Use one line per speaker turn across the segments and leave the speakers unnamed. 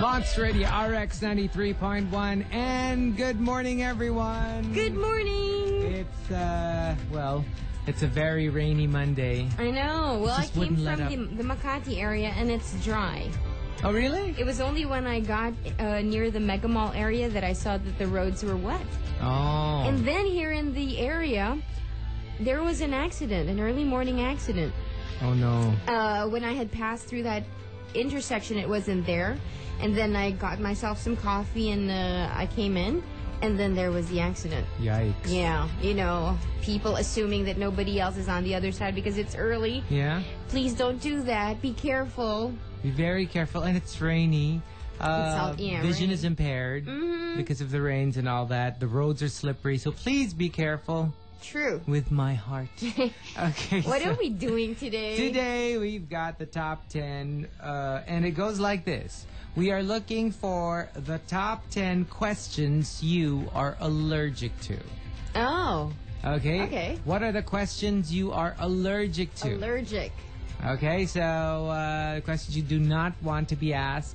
Monster Radio RX 93.1 and good morning everyone.
Good morning.
It's uh well, it's a very rainy Monday.
I know. Well, I
Just
came
wouldn't let
from the, the Makati area and it's dry.
Oh really?
It was only when I got uh, near the Mega Mall area that I saw that the roads were wet.
Oh.
And then here in the area, there was an accident, an early morning accident.
oh no.
Uh, when I had passed through that intersection, it wasn't there. And then I got myself some coffee and uh, I came in, and then there was the accident.
Yikes.
Yeah, you know, people assuming that nobody else is on the other side because it's early.
Yeah.
Please don't do that. Be careful.
Be very careful and it's rainy. Uh,
It's all- yeah, Mm-hmm.
vision
rain.
is impaired because of the rains and all that. The roads are slippery, so please be careful
True.
with my heart. okay.
What
so-
are we doing today?
Today we've got the top 10, uh, and it goes like this. We are looking for the top 10 questions you are allergic to.
Oh,
Okay?
Okay.
What are the questions you are allergic to?
allergic.
okay, so uh, questions you do not want to be asked,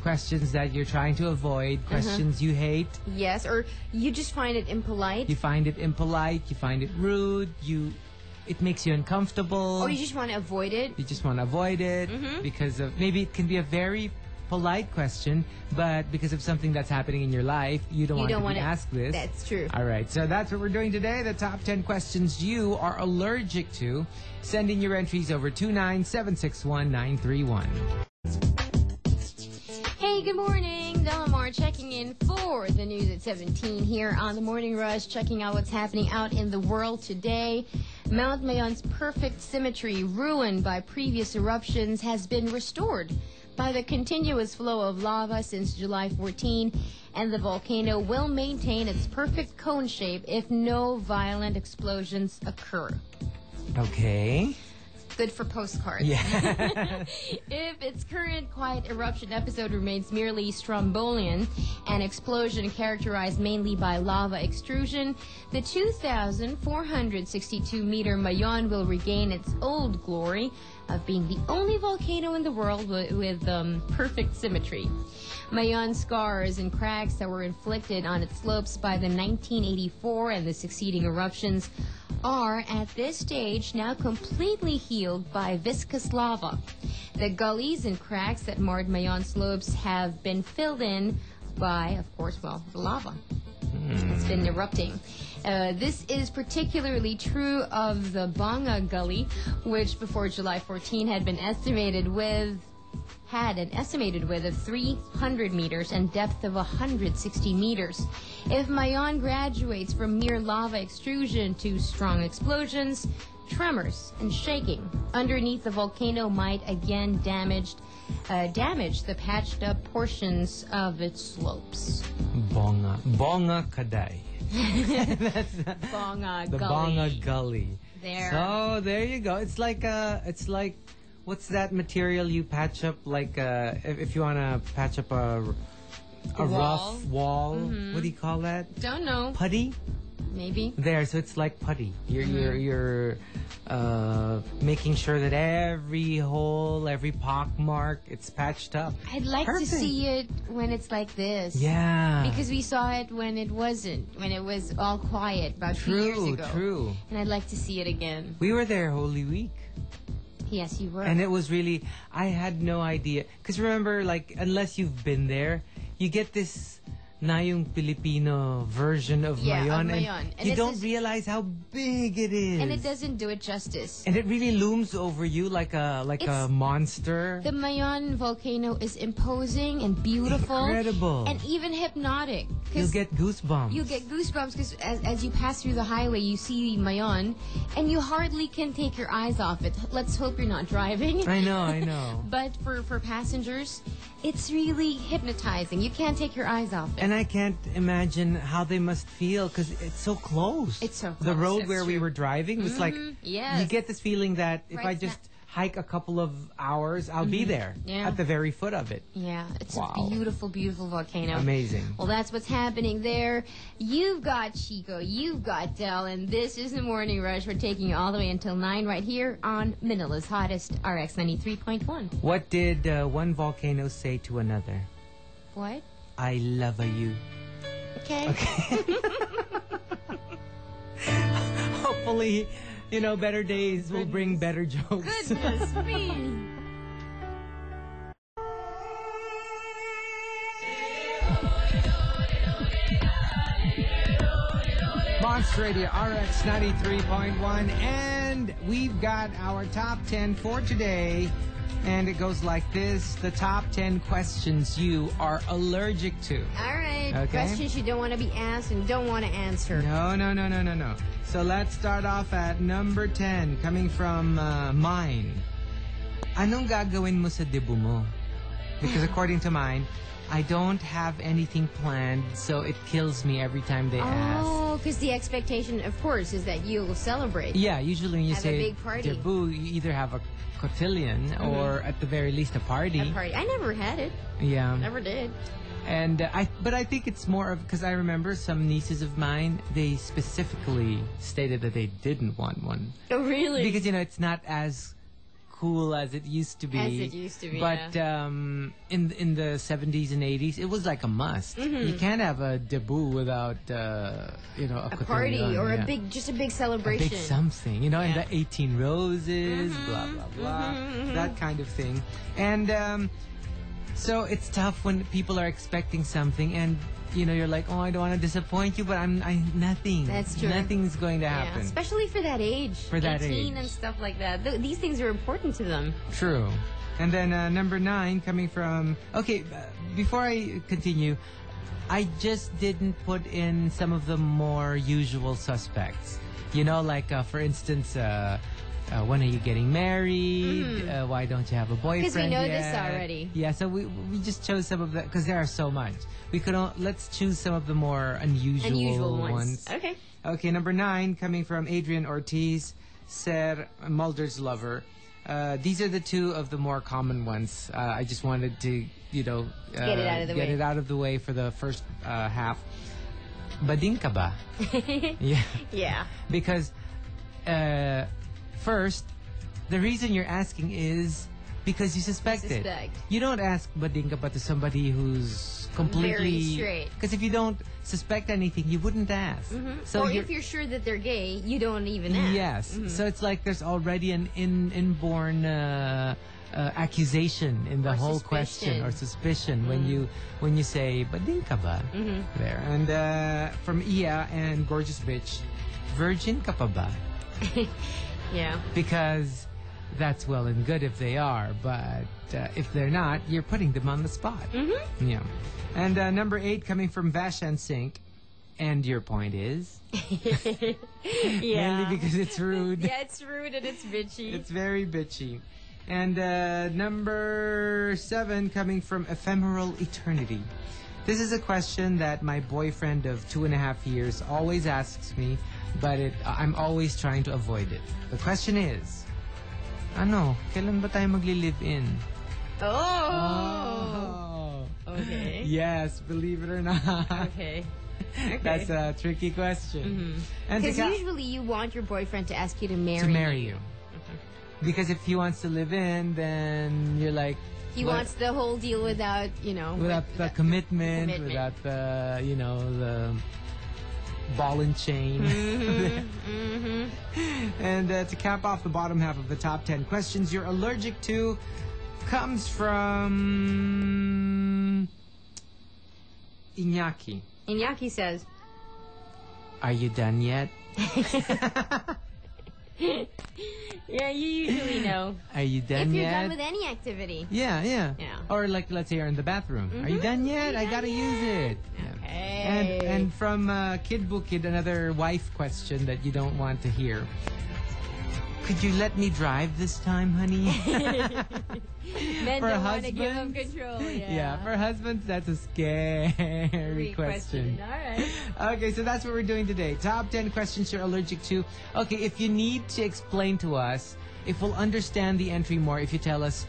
questions that you're trying to avoid,
Uh-huh.
questions you hate,
Yes, or you just find it impolite,
you find it impolite, you find it rude, you it makes you uncomfortable.
or Oh, you just want to avoid it.
you just want to avoid it
Mm-hmm.
because of maybe it can be a very polite question, but because of something that's happening in your life, you don't
You
want
don't
to
want
be
to
asked this.
That's true.
All right, so that's what we're doing today. The top 10 questions you are allergic to. Send in your entries over 2976191.
Hey, good morning. Delamar checking in for the news at 17 here on the Morning Rush, checking out what's happening out in the world today. Mount Mayon's perfect symmetry, ruined by previous eruptions, has been restored by the continuous flow of lava since July 14, and the volcano will maintain its perfect cone shape if no violent explosions occur.
Okay.
Good for postcards.
Yeah.
If its current quiet eruption episode remains merely strombolian, an explosion characterized mainly by lava extrusion, the 2,462 meter Mayon will regain its old glory of being the only volcano in the world with, with um, perfect symmetry. Mayon scars and cracks that were inflicted on its slopes by the 1984 and the succeeding eruptions are at this stage now completely healed by viscous lava. The gullies and cracks that marred Mayon slopes have been filled in by, of course, well, the lava. It's been erupting. Uh, this is particularly true of the Banga Gully, which before July 14 had been estimated with had an estimated width of 300 meters and depth of 160 meters. If Mayon graduates from mere lava extrusion to strong explosions, tremors and shaking underneath the volcano might again damaged, uh, damage the patched up portions of its slopes.
Bonga. Bonga Kadai.
Bonga
The
Gully.
Bonga Gully.
There.
So there you go. It's like uh it's like what's that material you patch up like uh if, if you wanna patch up a a
A wall. Mm-hmm.
rough wall. What do you call that?
Don't know.
Putty?
Maybe.
There, so it's like putty. You're
Mm-hmm.
you're you're uh making sure that every hole, every pock mark, it's patched up.
I'd like
Perfect.
to see it when it's like this.
Yeah.
Because we saw it when it wasn't, when it was all quiet about two years
true,
ago.
true.
And I'd like to see it again.
We were there Holy Week.
Yes, you were.
And it was really, I had no idea. Because remember, like, unless you've been there, you get this Nayung Filipino version of
Yeah, of
Mayon. and
Mayon. And
you
it's
don't
just-
realize how big it is.
And it doesn't do it justice.
And it really looms over you like a like
It's-
a monster.
The Mayon volcano is imposing and beautiful.
Incredible.
And even hypnotic. 'cause
You'll get goosebumps.
you get goosebumps because as, as you pass through the highway, you see Mayon, and you hardly can take your eyes off it. Let's hope you're not driving.
I know, I know.
But for, for passengers, it's really hypnotizing. You can't take your eyes off it.
And I can't imagine how they must feel because it's so close.
It's so
The
close,
road
that's
where we
true.
were driving was like,
Mm-hmm. yes.
you get this feeling that if I
Right Mm-hmm.
just hike a couple of hours, I'll be there
Yeah.
at the very foot of it.
Yeah, it's
Wow.
a beautiful, beautiful volcano.
Amazing.
Well, that's what's happening there. You've got Chico, you've got Dell, and this is the Morning Rush. We're taking you all the way until 9 right here on Manila's Hottest RX 93.1.
What did uh, one volcano say to another?
What?
I love you.
Okay.
Hopefully, you know, better days will bring better jokes.
Goodness me.
Monster Radio RX 93.1, and we've got our top 10 for today. And it goes like this the top 10 questions you are allergic to.
All right.
Okay.
Questions you don't want to be asked and don't want to answer.
No, no, no, no, no, no. So let's start off at number 10, coming from uh, mine. Anong gagawin mo sa debut mo? Because according to mine, I don't have anything planned, so it kills me every time they ask.
Oh, because the expectation, of course, is that you'll celebrate.
Yeah, usually when you
Have a
say
big party. Mm-hmm.
debut, you either have a cotillion or at the very least a party.
A party. I never had it.
Yeah.
Never did.
And uh, I, but I think it's more of because I remember some nieces of mine. They specifically stated that they didn't want one.
Oh, really?
because you know it's not as cool as it used to be.
As it used to be,
But um, in in the seventies and eighties, it was like a must.
Mm-hmm.
You can't have a debut without uh, you know a,
a party
cotillion,
or
yeah.
a big, just a big
A
celebration.
big something, you know, and
Yeah. Mm-hmm.
the 18 roses, blah, blah, blah, that kind of thing. And um, so it's tough when people are expecting something and, you know, you're like, oh, I don't want to disappoint you, but I'm, I, nothing.
That's true.
Nothing's going to
Yeah,
happen.
especially for that age.
For that
18
age.
and stuff like that. Th- these things are important to them.
True. And then uh, number nine coming from. Okay, uh, before I continue, I just didn't put in some of the more usual suspects. You know, like uh, for instance, uh, uh, when are you getting married? Uh, why don't you have a boyfriend?
Mm-hmm. we know this
yet?
already.
Yeah, so we we just chose some of the because there are so much. We could all, let's choose some of the more unusual,
Unusual ones.
ones.
Okay.
Okay, number nine, coming from Adrian Ortiz, Ser Mulder's lover. Uh, these are the two of the more common ones. Uh, I just wanted to, you know, uh,
Get it out of the
get
way.
it out of the way for the first uh, half. Bading ka ba? yeah,
Yeah.
because uh, first, the reason you're asking is because you suspect,
Suspect.
it. You don't ask bading ka ba to somebody who's completely
straight. Mm-hmm.
Because if you don't suspect anything, you wouldn't ask. So
or
you're-
if you're sure that they're gay, you don't even ask.
Yes. So it's like there's already an in, inborn uh, uh, accusation in the
Or
whole question
suspicion. Mm-hmm.
or suspicion when you when you say bading ka ba there. And uh, from Ia and gorgeous bitch, virgin ka pa ba?
Yeah.
Because that's well and good if they are, but uh, if they're not, you're putting them on the spot. Mm-hmm. Yeah. And uh, number eight coming from Vash and Sink, and your point is
Yeah.
mainly because it's rude.
yeah, it's rude and it's bitchy.
It's very bitchy. And uh, number seven coming from Ephemeral Eternity. This is a question that my boyfriend of two and a half years always asks me, but it, I'm always trying to avoid it. The question is, ano, kailan ba tayo magli-live-in?
oh. Okay.
Yes, believe it or not.
Okay.
Oh.
Mm-hmm.
That's a tricky question. And
Because
Tika-
usually you want your boyfriend to ask you to marry.
to marry you. Because if he wants to live in, then you're like.
He
what-
wants the whole deal without, you know.
without the commitment,
commitment.
without the you know the ball and chain. Mm-hmm.
Mm-hmm.
and uh, to cap off the bottom half of the top ten questions, you're allergic to comes from Iñaki.
Inyaki says,
Are you done yet?
yeah, you usually know.
Are you
if
done
you're
yet?
done with any activity.
Yeah, yeah.
Yeah.
Or like, let's say you're in the bathroom. Are you done yet? I gotta use it. Yeah. And
Okay.
and from uh, Kid Bukid, another wife question that you don't want to hear. Could you let me drive this time, honey?
Men
for
don't want to give up
husbands?
control. Yeah.
yeah, for husbands, that's a scary
Great
question.
All right.
Okay, so that's what we're doing today. Top 10 questions you're allergic to. Okay, if you need to explain to us if we'll understand the entry more if you tell us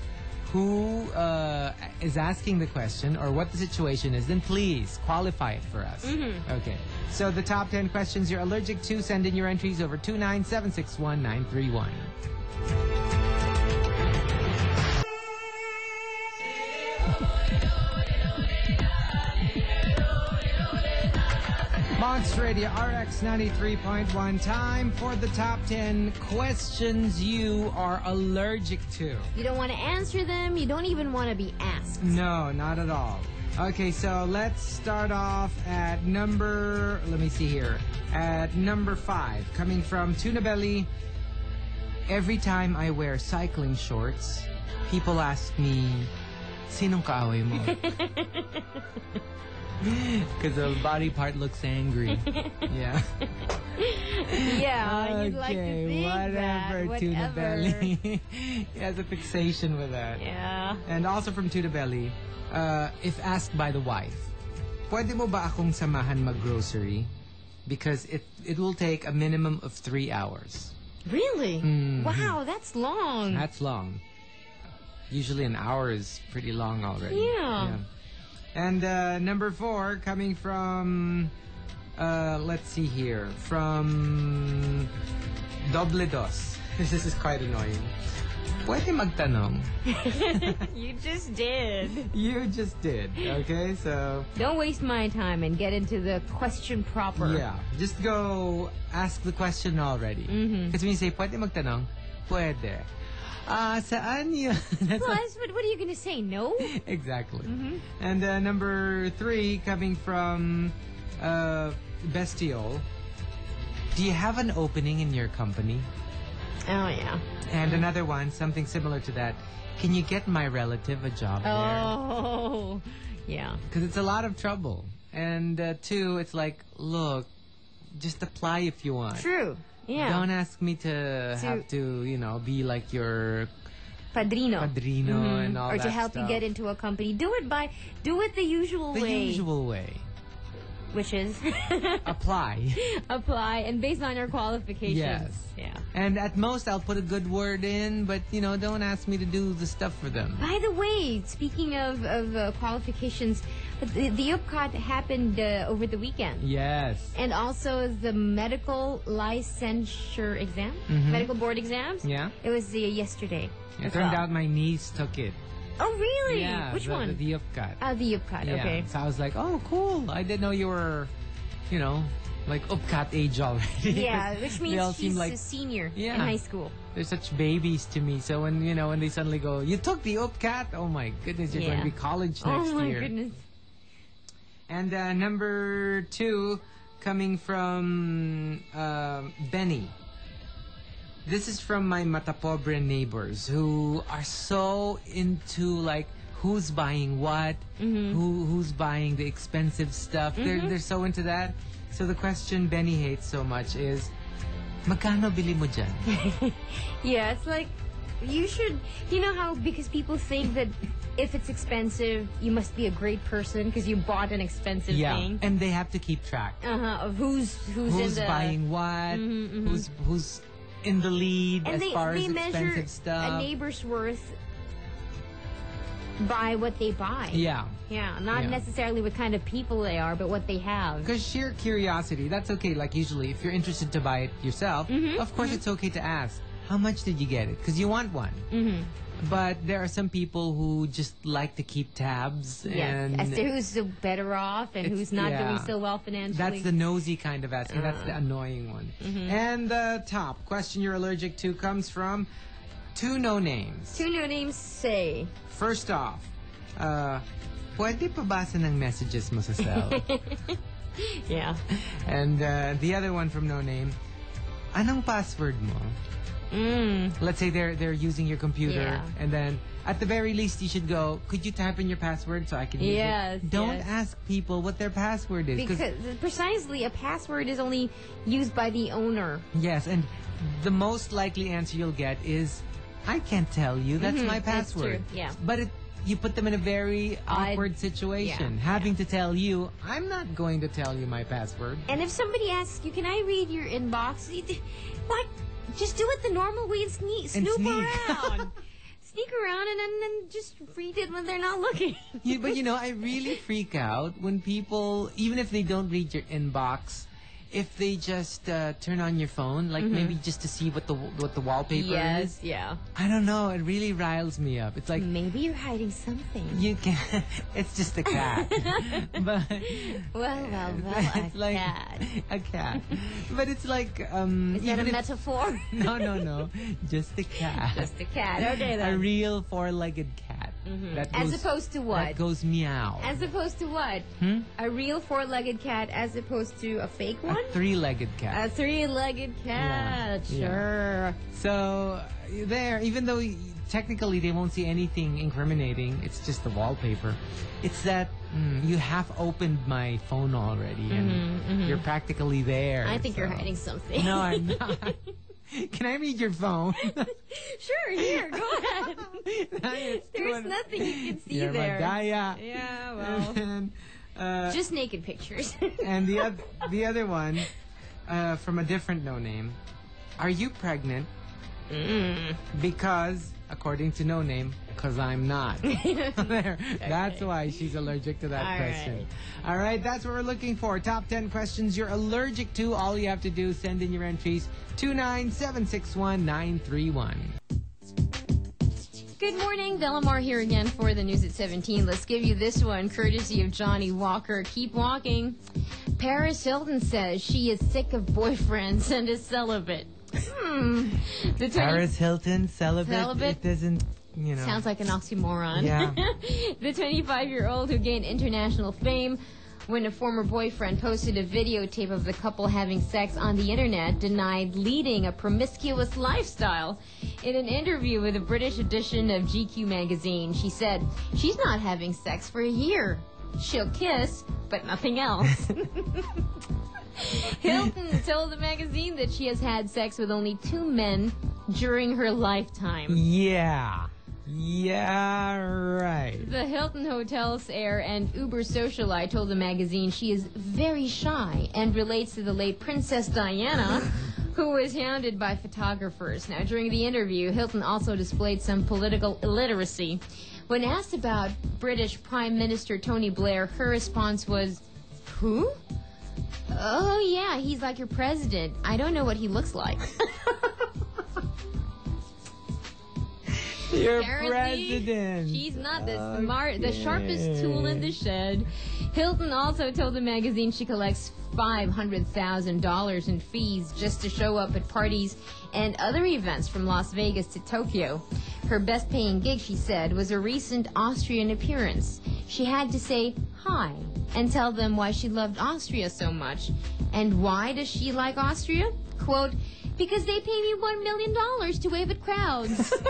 who uh, is asking the question or what the situation is, then please qualify it for us.
Mm-hmm.
Okay. So the top 10 questions you're allergic to, send in your entries over 2976191. Monster Radio RX 93.1 time for the top 10 questions you are allergic to.
You don't want to answer them. You don't even want to be asked.
No, not at all. Okay, so let's start off at number. Let me see here. At number five, coming from Tuna Belly. Every time I wear cycling shorts, people ask me, "Sinong kaaway mo?" Because the body part looks angry. Yeah.
Yeah, Oh, you'd like to
okay,
think
whatever,
that. whatever.
Tuna Belly. he has a fixation with that.
Yeah.
And also from Tuna Belly, uh, if asked by the wife, pwede mo ba akong samahan mag-grocery? Because it, it will take a minimum of three hours. Hmm.
Really? Wow, Mm-hmm. that's long.
That's long. Usually an hour is pretty long already.
Yeah.
And uh, number four, coming from, uh, let's see here, from Doble Dos. This is quite annoying. Pwede magtanong.
you just did.
You just did, okay? So,
Don't waste my time and get into the question proper.
yeah. Just go ask the question already. Because when you say, pwede magtanong, pwede. Ah, saan yun? That's all.
Plus, what, what are you going to say? No?
exactly.
Mm-hmm.
And uh, number three, coming from uh, Bestiole. Do you have an opening in your company?
Oh, yeah.
And another one, something similar to that. Can you get my relative a job there?
Oh, yeah.
Because it's a lot of trouble. And uh, two, it's like, look, just apply if you want.
True. Yeah.
Don't ask me to
So-
have to, you know, be like your
Padrino.
padrino and all
Mm-hmm. or
that
to help you
stuff.
get into a company. Do it by, do it the usual
the
way.
usual way.
Which is
Apply.
apply and based on your qualifications.
Yes.
Yeah.
And at most, I'll put a good word in, but you know, don't ask me to do the stuff for them.
By the way, speaking of, of uh, qualifications, uh, the, the UPCOT happened uh, over the weekend.
Yes.
And also the medical licensure exam, medical board exams.
Mm-hmm. Yeah.
It was uh, yesterday.
It
as
turned
well.
out my niece took it.
Oh, really?
Yeah.
Which
the,
one?
The, the upcut.
Ah, the UPCOT.
yeah.
Okay.
So I was like, oh, cool. I didn't know you were, you know, like upcut age already.
Yeah,
'Cause
which
they all
means
seem
she's
like
a senior
Yeah.
in high school.
they're such babies to me. So when you know when they suddenly go, you took the upcut. Oh my goodness, you're
Yeah.
going to be college next
oh my
year.
goodness.
And uh, number two, coming from um Benny. This is from my Matapobre neighbors who are so into like who's buying what,
Mm-hmm.
who who's buying the expensive stuff. They're they're so into that. So the question Benny hates so much is, magkano bili mo dyan?
Yeah, it's like you should. You know how because people think that if it's expensive, you must be a great person because you bought an expensive thing.
and they have to keep track.
Uh huh. Of who's who's,
who's
in the Mm-hmm,
buying what, who's who's in the lead
and
as
they
far
they
as
measure
expensive stuff.
a neighbor's worth by what they buy.
yeah,
Yeah, not
Yeah.
necessarily what kind of people they are, but what they have.
because sheer curiosity. That's okay. Like usually, if you're interested to buy it yourself,
Mm-hmm.
of course it's okay to ask how much did you get it because you want one.
Mm-hmm.
But there are some people who just like to keep tabs.
Yes,
and
as to who's the better off and
It's-
who's not
yeah.
doing so well financially.
That's the nosy kind of asking. That's
Uh.
the annoying one.
Mm-hmm.
And the top question you're allergic to comes from two no names.
two new names say.
First off, uh, pwede pabasa ng messages mo sa cell.
Yeah.
and uh, the other one from No Name, anong password mo?
Mm.
Let's say they're they're using your computer,
Yeah.
and then at the very least you should go. Could you type in your password so I can use
Yes,
it? Don't
yes.
ask people what their password is 'cause-
Because precisely, a password is only used by the owner.
yes, and the most likely answer you'll get is, I can't tell you. That's my
Mm-hmm, that's true,
password.
yeah.
but it. You put them in a very
Odd-
awkward situation, having to tell you, I'm not going to tell you my password.
And if somebody asks you, "Can I read your inbox?" It- What? Just do it the normal way and sneak, snoop
sneak.
around. sneak around and then, then just read it when they're not looking.
Yeah, but you know, I really freak out when people, even if they don't read your inbox, if they just uh, turn on your phone, like maybe just to see what the what the wallpaper is.
Mm-hmm. yes, Mm. yeah.
I don't know. It really riles me up. It's like
Maybe you're hiding something.
you can. it's just a cat, but
Well, well, well, a
it's like
cat.
a cat. But it's like um.
Is that a
even if-
metaphor?
no, no, no. Just a cat.
Just a cat. Okay,
A
then. Mm-hmm.
real four-legged cat. That
As
goes-
opposed to
that
what?
goes meow.
As opposed to what?
Hmm?
A real four-legged cat as opposed to a fake
a
one?
three-legged
A
cat.
three-legged cat.
Yeah, yeah.
Sure.
So uh, there, even though technically they won't see anything incriminating, it's just the wallpaper. It's that mm, you half opened my phone already, and you're practically there.
Mm-hmm, I think you're
so-
hiding something.
No, I'm not. Can I read your phone?
sure, here, go ahead. There's nothing you can see
you're
there.
Madaya.
Yeah, well.
And, uh,
Just naked pictures.
and the other, the other one uh, from a different no name. Are you pregnant?
Mm.
Because, according to no name, because I'm not. there. That's why she's allergic to that
All
question. All right, that's what we're looking for. Top 10 questions you're allergic to. All you have to do is send in your entries 29761931931.
Good morning, Delamar here again for the news at 17. Let's give you this one, courtesy of Johnny Walker. Keep walking. Paris Hilton says she is sick of boyfriends and is celibate. Hmm. The 20
Paris Hilton, celibate.
Celibate?
It doesn't, you know.
Sounds like an oxymoron.
Yeah.
the 25 year old who gained international fame when a former boyfriend posted a videotape of the couple having sex on the internet denied leading a promiscuous lifestyle. In an interview with a British edition of GQ magazine, she said, She's not having sex for a year. She'll kiss, but nothing else. Hilton told the magazine that she has had sex with only two men during her lifetime.
yeah. Yeah, right.
The Hilton Hotels heir and uber socialite told the magazine she is very shy and relates to the late Princess Diana, who was hounded by photographers. Now, during the interview, Hilton also displayed some political illiteracy. When asked about British Prime Minister Tony Blair, her response was, Who? Oh, yeah, he's like your president. I don't know what he looks like.
Your
Apparently,
president.
She's not the smart, the sharpest
Okay.
tool in the shed. Hilton also told the magazine she collects $500,000 in fees just to show up at parties and other events from Las Vegas to Tokyo. Her best paying gig, she said, was a recent Austrian appearance. She had to say hi and tell them why she loved Austria so much. And why does she like Austria? Quote, because they pay me $1 million to wave at crowds.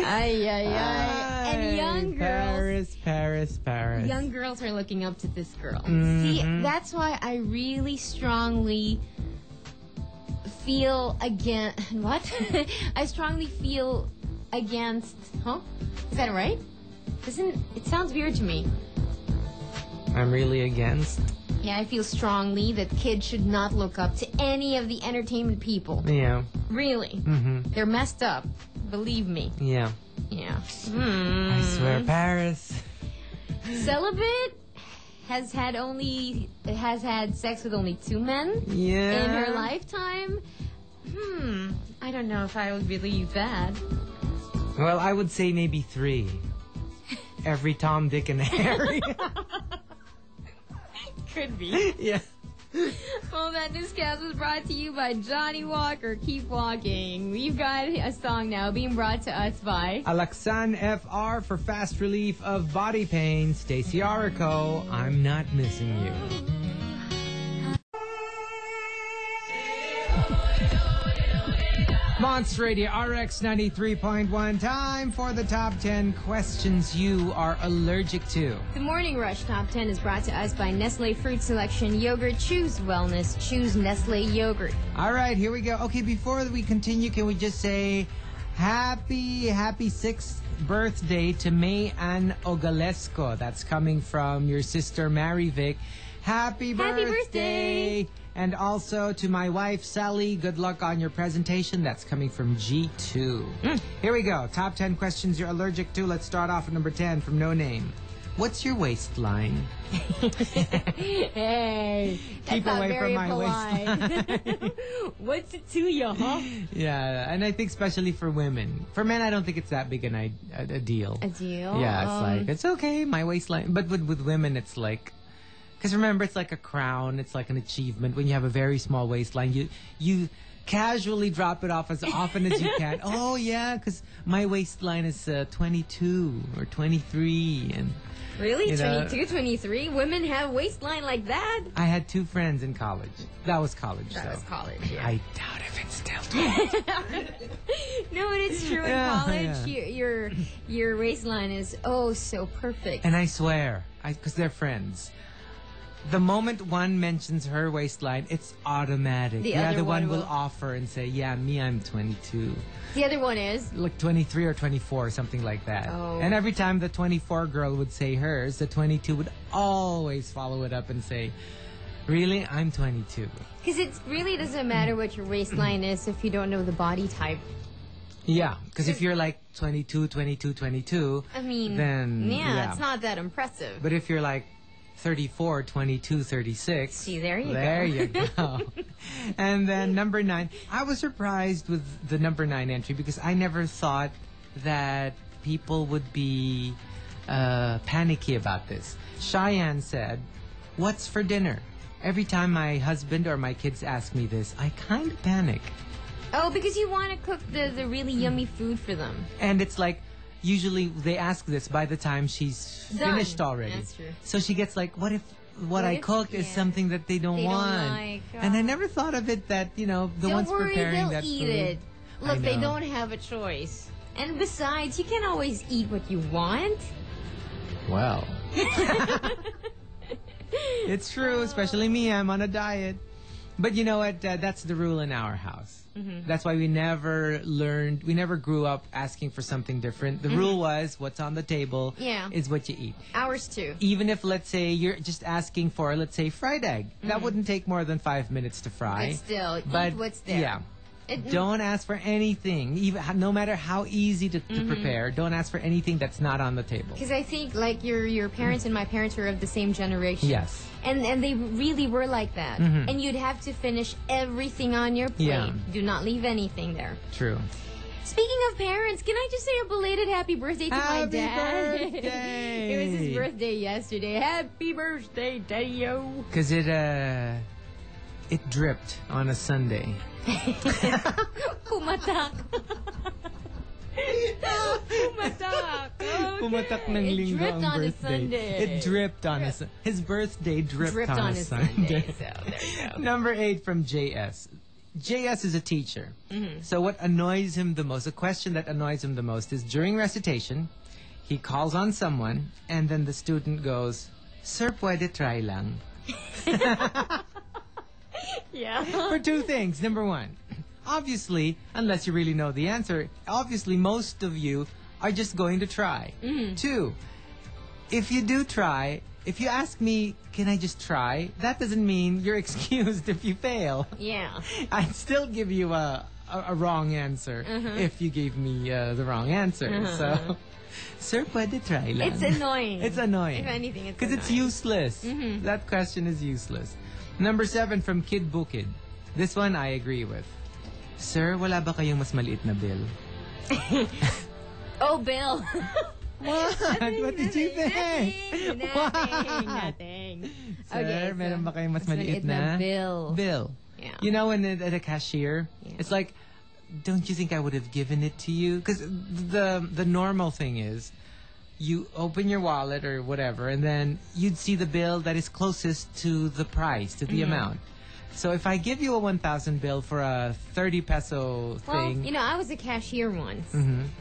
Ay, ay, ay. And young girls.
Paris, Paris, Paris.
Young girls are looking up to this girl.
Mm-hmm.
See, that's why I really strongly feel again. What? I strongly feel against. Huh? Is that right? Doesn't it sounds weird to me?
I'm really against.
Yeah, I feel strongly that kids should not look up to any of the entertainment people.
Yeah.
Really,
Mm-hmm.
they're messed up. Believe me.
Yeah.
Yeah. Mm-hmm.
I swear, Paris.
celibate has had only has had sex with only two men
Yeah.
in her lifetime hmm i don't know if i would believe that
Well, I would say maybe three. Every Tom, Dick, and Harry.
could be
yeah.
well that newscast was brought to you by johnny walker keep walking we've got a song now being brought to us by
Alexan FR for fast relief of body pain. Stacy Arico, I'm not missing you. Monster Radio RX 93.1. Time for the top 10 questions you are allergic to.
the morning rush top 10 is brought to us by nestle fruit selection yogurt choose wellness choose nestle yogurt
All right, here we go. Okay, before we continue, can we just say happy, happy sixth birthday to May Ann Ogalesco? That's coming from your sister Mary Vic. Happy birthday!
Happy birthday!
And also to my wife, Sally, good luck on your presentation. That's coming from G2. Here we go. Top 10 questions you're allergic to. Let's start off at number 10 from No Name. What's your waistline?
hey,
Keep
that's not
away from
very
my
polite. What's it to you, huh?
Yeah, and I think especially for women. For men, I don't think it's that big an I- a, a deal.
A deal.
Yeah, it's
Um,
like it's okay, my waistline. But with with women, it's like. Because remember, it's like a crown. It's like an achievement. When you have a very small waistline, you you casually drop it off as often as you can. oh yeah, because my waistline is uh, 22 or 23, and
really
you know-
22, 23. Women have waistline like that.
I had two friends in college. That was college.
That
though.
was college. Yeah.
I doubt if it's still. 22.
no, and it's true. In
Yeah,
college,
yeah.
your your your waistline is oh so perfect.
And I swear, because they're friends. The moment one mentions her waistline, it's automatic.
The
the
other
other one,
one
will
will-
offer and say, "Yeah, me, I'm 22,
the other one is
like 23 or 24, something like that."
Oh.
And every time the 24 girl would say hers, the 22 would always follow it up and say, "Really, I'm 22."
because it really doesn't matter what your waistline is if you don't know the body type.
Yeah, because if you're like 22, 22, 22,
I mean,
Then,
yeah,
yeah.
it's not that impressive.
But if you're like 34, 22, 36.
See, there you
there
go.
you go. and then number nine. I was surprised with the number nine entry because I never thought that people would be uh, panicky about this. Cheyenne said, What's for dinner? Every time my husband or my kids ask me this, I kind of panic.
oh, because you want to cook the the really yummy food for them.
And it's like, usually they ask this by the time she's
Done.
finished already.
That's true.
So she gets like, what if what,
What
I
if-
cooked is
yeah.
something that they don't
They don't
want?
like,
and I
oh.
never thought of it that, you know, the
don't
ones
worry,
preparing
they'll
that
eat
food.
it. Look, they
know.
don't have a choice. And besides, you can always eat what you want.
Well. it's true, especially me. I'm on a diet. But you know what? Uh, that's the rule in our house.
Mm-hmm.
That's why we never learned, we never grew up asking for something different. The rule was what's on the table
Mm-hmm. Yeah.
is what you eat.
Ours too.
Even if, let's say, you're just asking for, let's say, fried egg,
Mm-hmm.
that wouldn't take more than five minutes to fry.
But still,
But
eat what's there.
Yeah.
It- mm.
Don't ask for anything, even no matter how easy to, to
Mm-hmm.
prepare. Don't ask for anything that's not on the table.
Because I think like your your parents and my parents were of the same generation.
Yes. Mm-hmm.
And and they really were like that. And you'd have to finish everything on your plate.
Yeah.
Do not leave anything there.
True.
Speaking of parents, can I just say a belated happy birthday to my
Happy
dad?
birthday!
it was his birthday yesterday. Happy birthday, Dayo.
Cause it uh, it dripped on a Sunday.
Kumatak. Kumatak. Okay.
Pumatak ng
It
linggo
dripped
ang
on a
birthday.
Sunday.
It dripped on a Sun- His birthday dripped,
Dripped on a Sunday, so there you go.
Number eight from JS. JS is a teacher. So what annoys him the most, a question that annoys him the most is during recitation, he calls on someone and then the student goes, Sir, pwede try lang.
Yeah.
for two things. Number one, obviously, unless you really know the answer, obviously most of you are just going to try. Two, if you do try, if you ask me, can I just try? That doesn't mean you're excused if you fail.
Yeah.
I'd still give you a, a, a wrong answer
Mm-hmm.
if you gave me uh, the wrong answer. So, sir, pwede try lang.
It's annoying.
It's annoying.
If anything, it's
because it's
annoying. Mm-hmm.
useless. That question is useless. Number seven from Kid Bukid. This one I agree with. Sir, wala ba kayong mas maliit na bill?
Oh, Bill.
What? what did you think?
Nothing.
What?
Nothing. nothing.
Sir, meron ba kayong mas maliit na?
bill?
Bill.
Yeah.
You know, when at at a cashier,
Yeah.
it's like, don't you think I would have given it to you? Because the the normal thing is, you open your wallet or whatever, and then you'd see the bill that is closest to the price, to
Mm-hmm.
the amount. So if I give you a one thousand bill for a thirty peso
Well,
thing, Mm-hmm.
you know, I was a cashier once.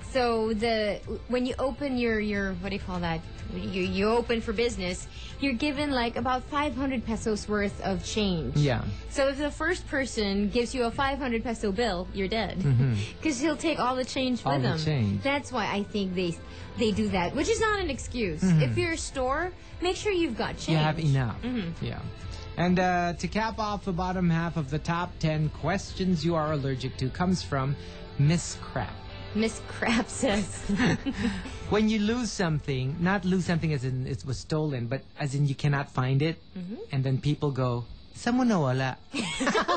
So the when you open your your what do you call that? You you open for business, you're given like about 500 pesos worth of change.
yeah,
So if the first person gives you a 500 peso bill, you're dead because he'll take all the change
Mm-hmm. All
with
the
him.
change.
That's why I think they they do that,
Mm-hmm.
which is not an excuse. If you're a store, make sure you've got change. Mm-hmm.
you have enough. Yeah. And uh, to cap off the bottom half of the top 10 questions you are allergic to comes from Miss Crap.
Miss Crap says,
When you lose something, not lose something as in it was stolen, but as in you cannot find it,
Mm-hmm.
and then people go, Someone nawala.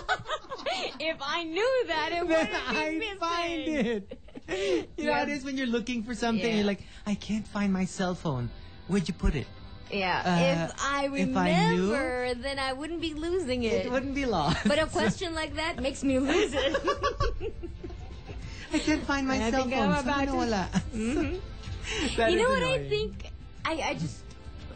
if I knew that, it
Then
wouldn't be
I
missing.
find it. You know how
Yeah.
it is when you're looking for something,
Yeah.
you're like, I can't find my cell phone. Where'd you put it?
Yeah.
Uh,
if I
if I knew-
remember, then I wouldn't be losing it.
It wouldn't be lost.
but a question like that makes me lose it.
I can't find my
I
cell
think
phone.
I'm about
Someone
to-
nawala. That
you
is
know what I
annoying.
think? I, I just.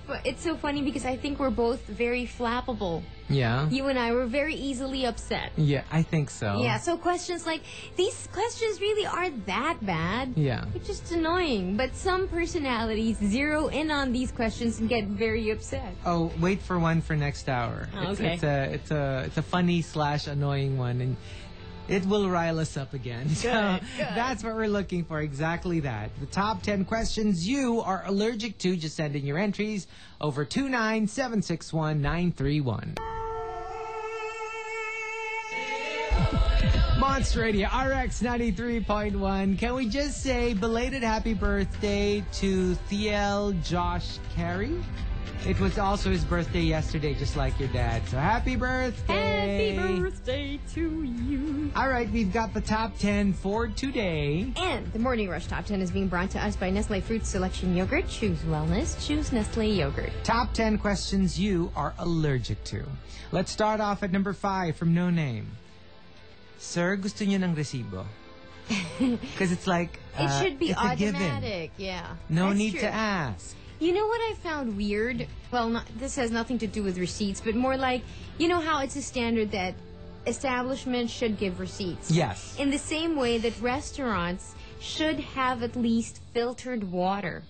but It's so funny because I think we're both very flappable.
Yeah.
You and I were very easily upset.
Yeah, I think so.
Yeah, so questions like these questions really aren't that bad.
Yeah.
It's just annoying. But some personalities zero in on these questions and get very upset.
Oh, wait for one for next hour.
Oh,
It's,
okay.
it's a it's a it's a funny slash annoying one, and it will rile us up again. so
good.
that's what we're looking for. Exactly that. The top ten questions you are allergic to. Just send in your entries over two nine seven six one nine three one. Monster Radio RX 93.1. Can we just say belated happy birthday to Thiel Josh Carey? It was also his birthday yesterday, just like your dad. So happy birthday!
Happy birthday to you.
All right, we've got the top 10 for today.
And the Morning Rush Top 10 is being brought to us by Nestle Fruit Selection Yogurt. Choose wellness, choose Nestle Yogurt.
Top 10 questions you are allergic to. Let's start off at number 5 from No Name. Sir, gusto niyo ng resibo? Because it's like,
It
uh,
should be
it's a given.
automatic, yeah.
No
That's
need
true.
to ask.
You know what I found weird? Well, not, this has nothing to do with receipts, but more like, you know how it's a standard that establishments should give receipts?
Yes.
In the same way that restaurants should have at least filtered water.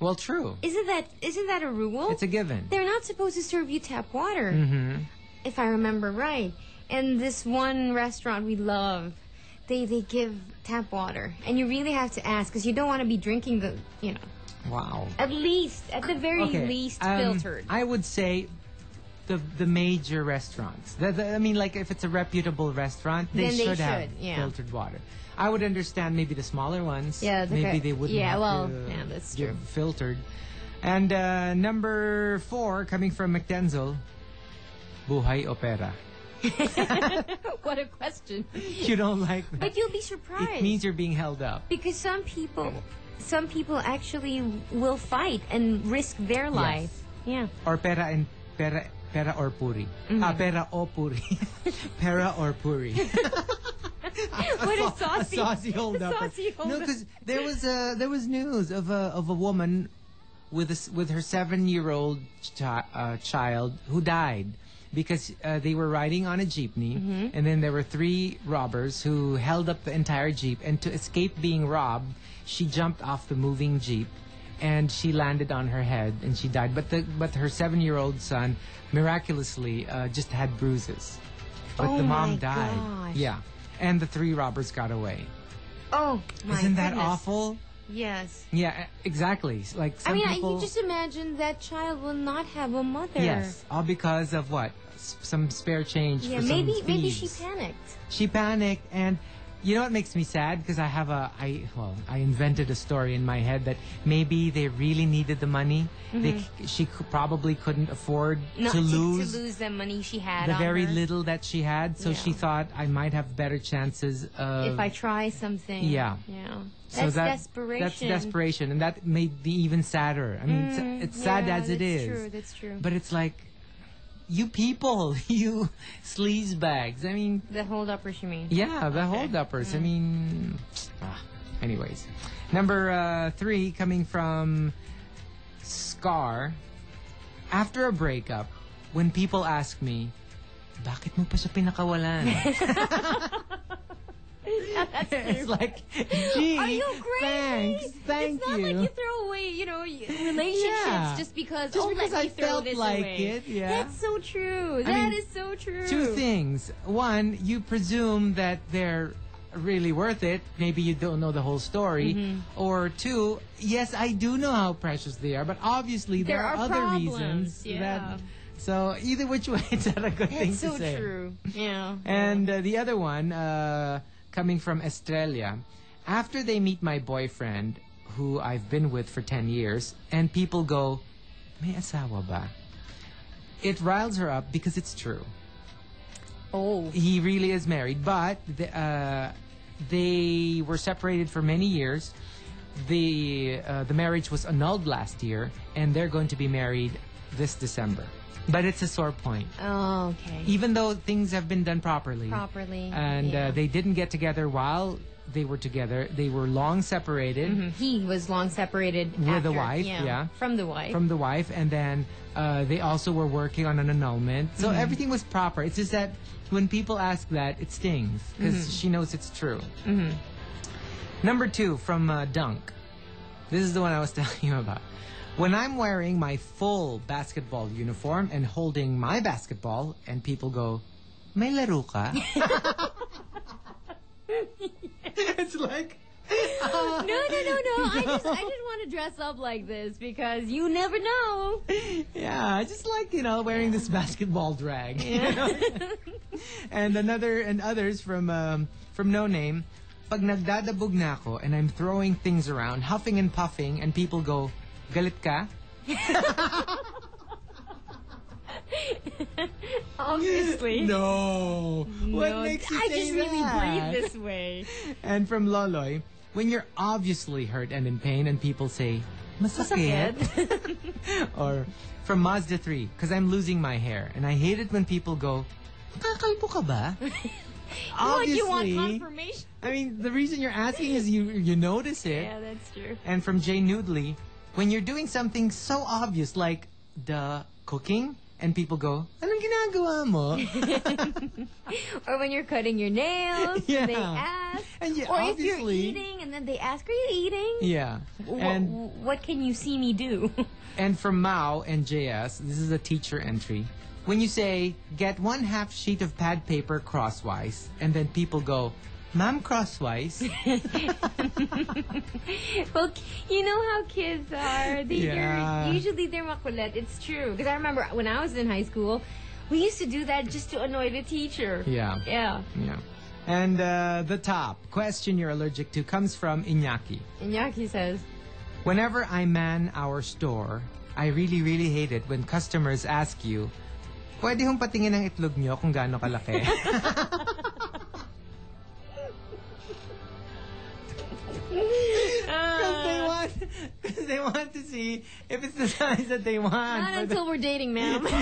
Well, true.
Isn't that isn't that a rule?
It's a given.
They're not supposed to serve you tap water,
Mm-hmm.
if I remember right. And this one restaurant we love, they they give tap water, and you really have to ask because you don't want to be drinking the, you know,
Wow.
at least at the very least
um,
filtered.
I would say the the major restaurants. The, the, I mean, like if it's a reputable restaurant,
Then
they,
they
should,
should,
have
yeah.
filtered water. I would understand maybe the smaller ones.
Yeah, the
maybe
fair-
they wouldn't.
yeah,
have
well,
to
yeah, that's
give
true.
Filtered, and uh, number four coming from McDenzel, buhay opera.
what a question!
You don't like
But
that.
you'll be surprised.
it means you're being held up.
Because some people, some people actually will fight and risk their life. Yeah.
or pera and pera pera or puri.
Mm-hmm.
Ah, pera o puri. pera or puri.
what a
a
saucy,
saucy holdup.
Saucy
No,
holdup.
because there was uh, there was news of a of a woman with a s with her seven year old chi- uh, child who died because uh, they were riding on a jeepney,
Mm-hmm.
and then there were three robbers who held up the entire jeep, and to escape being robbed, she jumped off the moving jeep. And she landed on her head, and she died. But the but her seven-year-old son, miraculously, uh, just had bruises. But
Oh
the
my
mom died.
gosh.
Yeah, and the three robbers got away.
oh my
Isn't that
goodness.
awful?
Yes.
Yeah, e- exactly. S- Like
I
some
mean, I-
people.
you just imagine that child will not have a mother.
yes, all because of what? S- some spare change.
Yeah.
for some
Maybe maybe she
thieves.
panicked.
She panicked, and you know what makes me sad? Because I have a I well, I invented a story in my head that maybe they really needed the money. They c she c- probably couldn't afford
Mm-hmm. Not
to lose.
to, lose the money she had.
the
on
very
her.
little that she had, so she
Yeah.
thought I might have better chances of
If I try something.
Yeah.
Yeah. That's
so that,
desperation. Mm,
That's desperation, and that made me even sadder. I mean, it's- it's sad
yeah,
as it
that's
is,
True. That's true.
but it's like, you people, you sleaze bags. I mean,
the hold uppers you mean?
yeah, the holduppers.
Mm.
I mean, ah, anyways, number uh, three coming from Scar. After a breakup, when people ask me, "Bakit mo pa siya pinakawalan?" it's like, gee,
Are you crazy?
thanks, thank
it's not
you.
like you throw away, you know, y- relationships
Yeah.
just because.
Just
oh,
because
let
I
me throw
felt
this
like
away.
it, yeah.
That's so true. That
mean,
is so true.
Two things. One, you presume that they're really worth it. Maybe you don't know the whole story.
Mm-hmm.
Or two, yes, I do know how precious they are, but obviously there,
There are
other
problems,
reasons
yeah.
that So either which way, it's not a good thing
That's so
to say.
true. Yeah.
And uh, the other one, uh, coming from Estrella, after they meet my boyfriend, who I've been with for 10 years, and people go, may asawa ba? It riles her up because it's true.
oh.
He really is married, but the, uh, they were separated for many years. The, uh, the marriage was annulled last year, and they're going to be married this December. But it's a sore point.
Oh, okay.
Even though things have been done properly,
Properly.
and
yeah.
uh, they didn't get together while they were together. They were long separated
he was long separated
With
after,
the wife, yeah.
From the wife.
from the wife, and then uh, they also were working on an annulment. So
Mm-hmm.
everything was proper. It's just that when people ask that, it stings because
Mm-hmm.
she knows it's true. Number two from uh, Dunk. This is the one I was telling you about. When I'm wearing my full basketball uniform and holding my basketball, and people go, "May laro ka?" it's like.
no, no, no, no. I just I didn't want to dress up like this because you never know.
Yeah, I just like you know wearing this basketball drag. and another and others from um, from No Name. Pag nagdadabog na ako and I'm throwing things around, huffing and puffing, and people go, galit ka?
Obviously.
No. What
No,
makes you
I
say
just
that?
really breathe this way.
And from Loloy, when you're obviously hurt and in pain, and people say, masakit. or from Mazda 3, because I'm losing my hair. And I hate it when people go, Nakakalbo ka ba?
like you want
Obviously,
confirmation.
I mean, the reason you're asking is you you notice it.
Yeah, that's true.
And from Jay Noodley, when you're doing something so obvious like the cooking, and people go, anong ginagawa mo?
Or when you're cutting your nails,
Yeah.
they ask.
And yeah,
or if you're
obviously-
eating and then they ask, Are you eating?
yeah.
Wh-
And
wh- what can you see me do?
and from Mao and JS, this is a teacher entry. When you say get one half sheet of pad paper crosswise, and then people go, "Ma'am, crosswise."
well, k- you know how kids are. They, are
Yeah.
usually they're makulit. It's true. Because I remember when I was in high school, we used to do that just to annoy the teacher.
yeah.
Yeah.
Yeah. And uh, the top question you're allergic to comes from Iñaki.
Iñaki says,
Whenever I man our store, I really, really hate it when customers ask you, pwede hong patingin ang itlog nyo kung gaano kalaki. Because they
"Ah,
want, cause they want to see if it's the size that they want.
Not
But-
until we're dating, ma'am.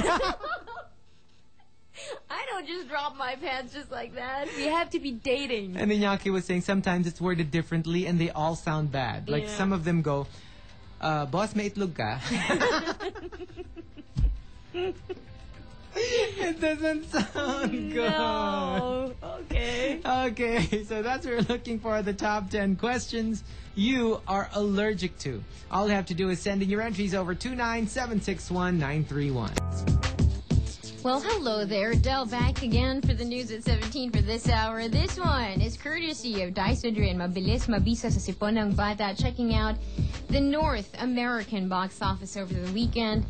I don't just drop my pants just like that. We have to be dating.
and Iñaki was saying sometimes it's worded differently and they all sound bad. Like
Yeah.
some of them go, uh, boss, may itlog ka? it doesn't sound good.
No. Okay.
Okay, so that's what we're looking for the top 10 questions you are allergic to. All you have to do is send in your entries over 2976191.
Well, hello there. Dell back again for the news at 17 for this hour. This one is courtesy of Dysodrin Mabilis Mabisa sa Sipon ng Bata checking out the North American box office over the weekend.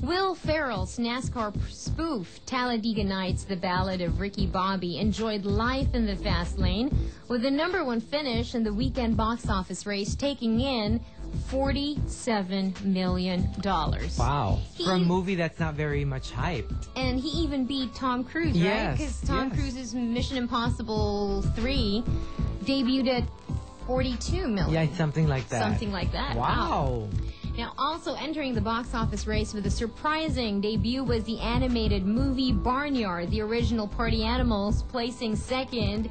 Will Ferrell's NASCAR spoof, Talladega Nights, The Ballad of Ricky Bobby, enjoyed life in the fast lane with the number one finish in the weekend box office race, taking in $47 million.
Wow.
He-
For a movie that's not very much hype.
And he even beat Tom Cruise, right?
Yes,
Because Tom
yes.
Cruise's Mission Impossible 3 debuted at 42 million.
Yeah, something like that.
Something like that.
Wow.
Now, also entering the box office race with a surprising debut was the animated movie Barnyard, the original Party Animals, placing second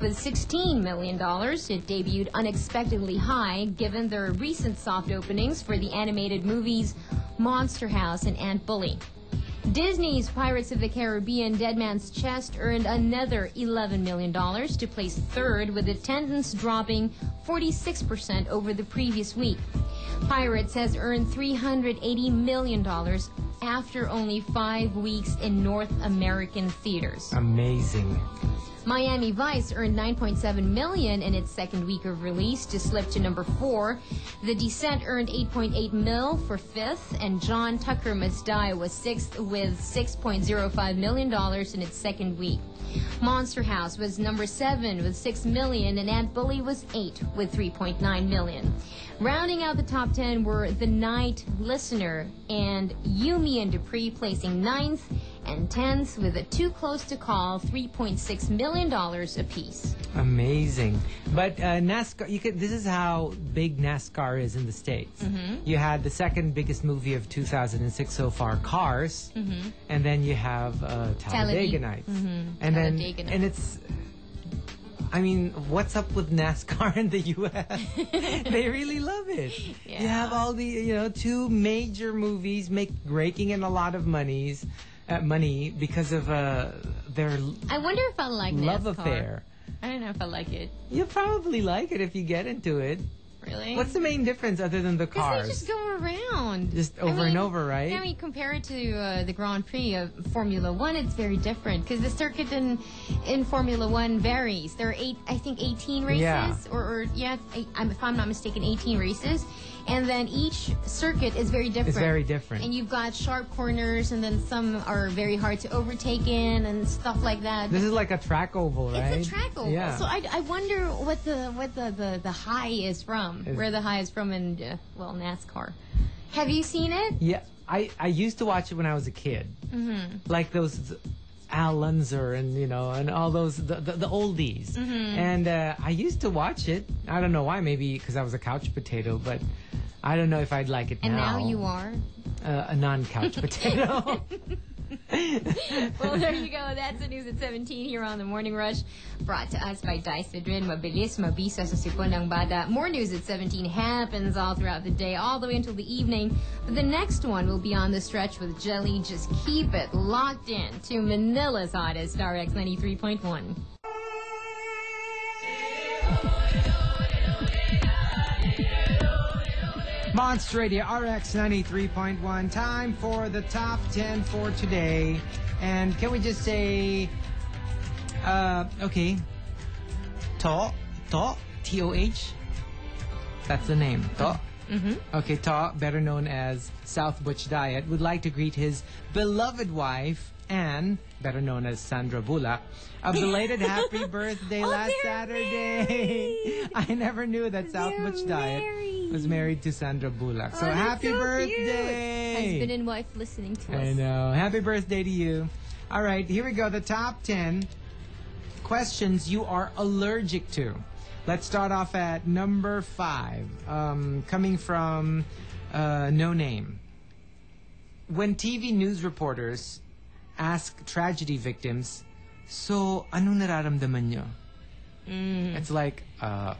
with $16 million. It debuted unexpectedly high given their recent soft openings for the animated movies Monster House and Ant Bully. Disney's Pirates of the Caribbean Dead Man's Chest earned another $11 million to place third, with attendance dropping 46% over the previous week. Pirates has earned $380 million after only five weeks in North American theaters.
Amazing.
Miami Vice earned 9.7 million in its second week of release to slip to number four. The Descent earned 8.8 mil for fifth, and John Tucker Must Die was sixth with 6.05 million dollars in its second week. Monster House was number seven with 6 million, and Ant Bully was eight with 3.9 million. Rounding out the top 10 were The Night Listener and Yumi and Dupree placing ninth and 10th with a too close to call $3.6 million apiece.
Amazing. But uh, NASCAR, you could, this is how big NASCAR is in the States.
Mm-hmm.
You had the second biggest movie of 2006 so far, Cars. And then you have uh, Talladega
Mm-hmm. Talladega- Mm-hmm.
Nights. And then,
Talladega
and it's, I mean, what's up with NASCAR in the U.S.? they really love it. You
Yeah.
have all the, you know, two major movies make raking in a lot of monies, uh, money because of uh, their l-
I wonder if I like NASCAR.
love affair.
I don't know if I like it.
You'll probably like it if you get into it.
Really?
What's the main difference other than the
Because
cars?
they just go around.
Just
I
over and
mean,
over, right?
I mean, compare it to uh, the Grand Prix of Formula One, it's very different because the circuit in in Formula One varies. There are eight, I think, eighteen races,
Yeah.
or, or yeah, I, I'm, if I'm not mistaken, eighteen races, and then each circuit is very different.
it's very different.
And you've got sharp corners, and then some are very hard to overtake in, and stuff like that.
this is like a track oval, right?
It's a track oval.
Yeah.
So I, I wonder what the what the, the, the high is from,
Is-
where the high is from in, uh, well, NASCAR. Have you seen it?
yeah, I, I used to watch it when I was a kid. Mm-hmm. Like those Al Unser and you know and all those the the, the oldies.
Mm-hmm.
And uh, I used to watch it. I don't know why. Maybe because I was a couch potato, but. I don't know if I'd like it
And
now.
now you are.
uh, a non-couch potato.
Well, there you go. That's the news at 17 here on The Morning Rush, brought to us by Dice Madrid. Mabilis, mabisa sa sipon ng bata. More news at 17 happens all throughout the day, all the way until the evening. But the next one will be on the stretch with Jelly. Just keep it locked in to Manila's hottest, RX 93.1.
Monster Radio RX 93.1. Time for the top 10 for today. And can we just say, uh, okay, To, To, T O H? That's the name, To. Mm-hmm. Okay, Ta, better known as South Butch Diet, would like to greet his beloved wife, Anne, better known as Sandra Bullock, a belated happy birthday
Oh,
last
they're
Saturday. I never knew that South
They're
Butch Diet
married.
was married to Sandra Bullock. So
Oh, that's
happy
so cute. Husband
birthday!
and wife listening to
I
us.
know. Happy birthday to you. All right, here we go. The top 10 questions you are allergic to. Let's start off at number five, um, coming from uh, No Name. When TV news reporters ask tragedy victims, so ano nararamdaman nyo? It's like, uh,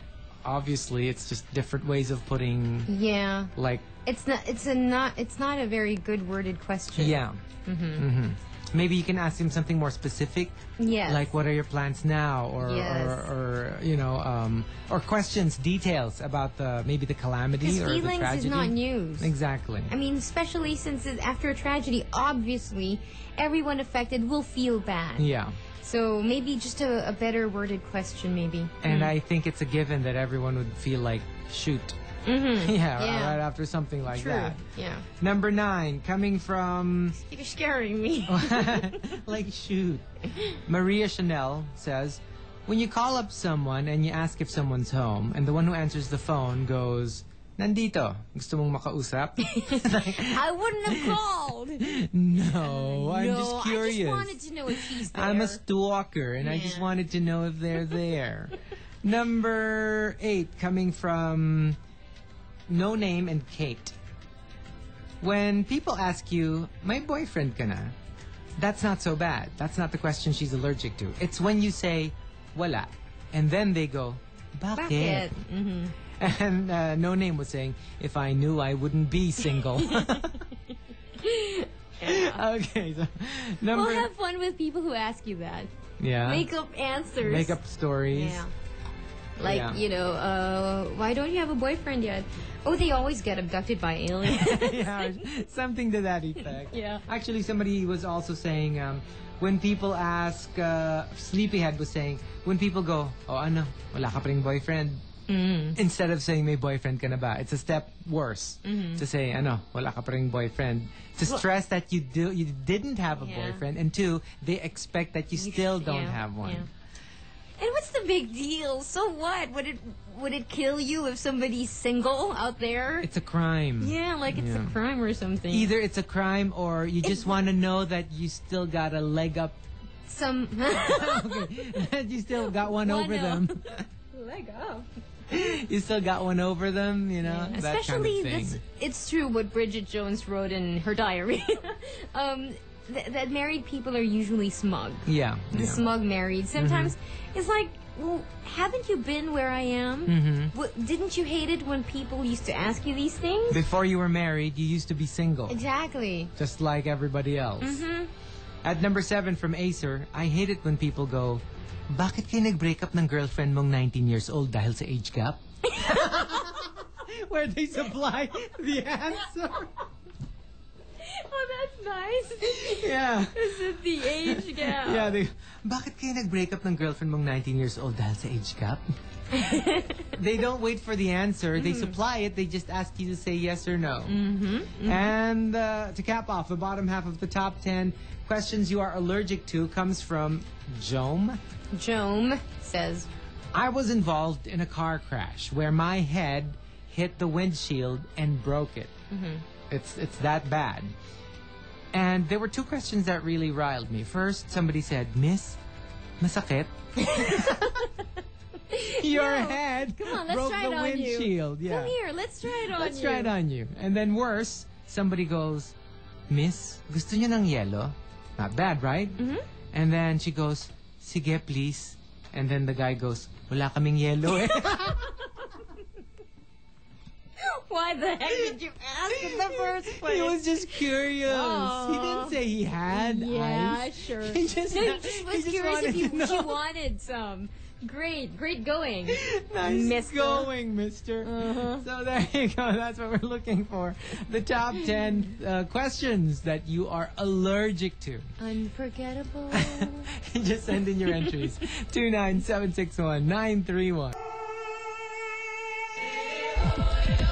obviously, it's just different ways of putting
Yeah,
like
it's not. It's a not. It's not a very good worded question.
yeah mm-hmm. maybe you can ask him something more specific
Yes.
like what are your plans now or
Yes.
or, or you know um, or questions details about the maybe the calamity
Because
or the
feelings
tragedy
is not news.
exactly
I mean, especially since it's after a tragedy, obviously, everyone affected will feel bad.
yeah
So maybe just a, a better worded question, maybe.
and i think it's a given that everyone would feel like shoot mm-hmm. yeah,
Yeah.
right after something like
True.
that
Yeah.
number nine coming from
You're scaring me.
like shoot. Maria Chanel says, when you call up someone and you ask if someone's home, and the one who answers the phone goes, "Nandito, gusto mong makausap?"
I wouldn't have called.
no, I'm
no,
just
I
curious.
just wanted to know if he's there.
I'm a stalker, and I just
Yeah.
wanted to know if they're there. Number eight, coming from No Name and Kate. When people ask you, my boyfriend kana, that's not so bad. That's not the question she's allergic to. It's when you say, wala. And then they go, bakit?
Bucket. Mhm.
And uh, No Name was saying, if I knew, I wouldn't be single. Okay, so
Mm-hmm.
number.
We'll have fun with people who ask you that.
yeah.
Make up answers.
Makeup stories.
Yeah. Like,
Yeah.
you know, uh, why don't you have a boyfriend yet? Oh, they always get abducted by aliens.
yeah, something to that effect.
Yeah.
Actually, somebody was also saying um, when people ask, uh, Sleepyhead was saying, when people go, oh ano, wala ka pa ring boyfriend.
Mm-hmm.
Instead of saying may boyfriend ka na ba, it's a step worse
Mm-hmm.
to say ano, wala ka pa ring boyfriend. To stress that you do you didn't have a
Yeah.
boyfriend, and two, they expect that you, still don't
yeah,
have one.
yeah. And what's the big deal? So what? Would it would it kill you if somebody's single out there?
It's a crime.
Yeah, like it's
Yeah.
a crime or something.
Either it's a crime or you just want to know that you still got a leg up
some
okay. you still got one,
One oh.
over
up.
them.
leg up.
you still got one over them, you know? Uh, That
Especially
kind of
this,
thing.
it's true what Bridget Jones wrote in her diary. um, th- that married people are usually smug.
Yeah.
The
Mm-hmm. yeah.
smug married. Sometimes it's like, well, haven't you been where I am? Mm-hmm. didn't you hate it when people used to ask you these things?
Before you were married, you used to be single,
Exactly.
just like everybody else.
Mhm.
At number seven from Acer, I hate it when people go, Bakit kayo nag-break up ng girlfriend mong 19 years old dahil sa age gap? Where they supply the answer.
Oh, that's nice.
Yeah.
This is the age gap.
Yeah, they, bakit kayo nag-break up ng girlfriend mong 19 years old dahil sa age gap? they don't wait for the answer.
Mm-hmm.
They supply it. They just ask you to say yes or no.
Mm-hmm.
And uh, to cap off, the bottom half of the top 10 questions you are allergic to comes from Jome.
Joan says,
I was involved in a car crash where my head hit the windshield and broke it.
Mm-hmm.
It's it's that bad. And there were two questions that really riled me. First, somebody said, "Miss, masakit." Your
No.
head
Come on, let's
broke
try it
the
on you.
windshield. Yeah.
"Come here, let's try it on
Let's
you."
try it on you. And then worse, somebody goes, Miss, gusto niyo ng yellow? Not bad, right?
Mm-hmm.
And then she goes, sige, please. And then the guy goes, wala kaming yellow eh.
Why the heck did you ask in the first place?
he was just curious. He
Aw.
didn't say he had
yeah,
ice.
sure.
He just,
no, he just was
he just
curious if
wanted
you,
to know.
she wanted some. Great, great going.
nice
Mister. Uh-huh.
going, mister. So there you go. That's what we're looking for. The top 10 uh, questions that you are allergic to.
Unforgettable.
Just send in your entries. 29761-931.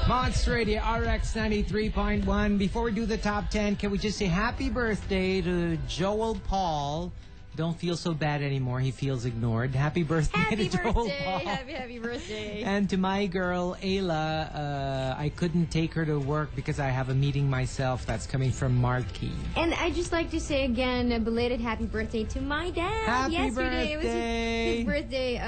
Monster Radio RX 93.1. Before we do the top 10, can we just say happy birthday to Joel Paul? Don't feel so bad anymore. He feels ignored. Happy birthday
happy
to Joel
birthday,
Paul.
happy, happy birthday.
And to my girl, Ayla, uh, I couldn't take her to work because I have a meeting myself. That's coming from Marquee.
And I'd just like to say again a belated happy birthday to my dad.
Happy
Yesterday was his,
birthday.
his birthday,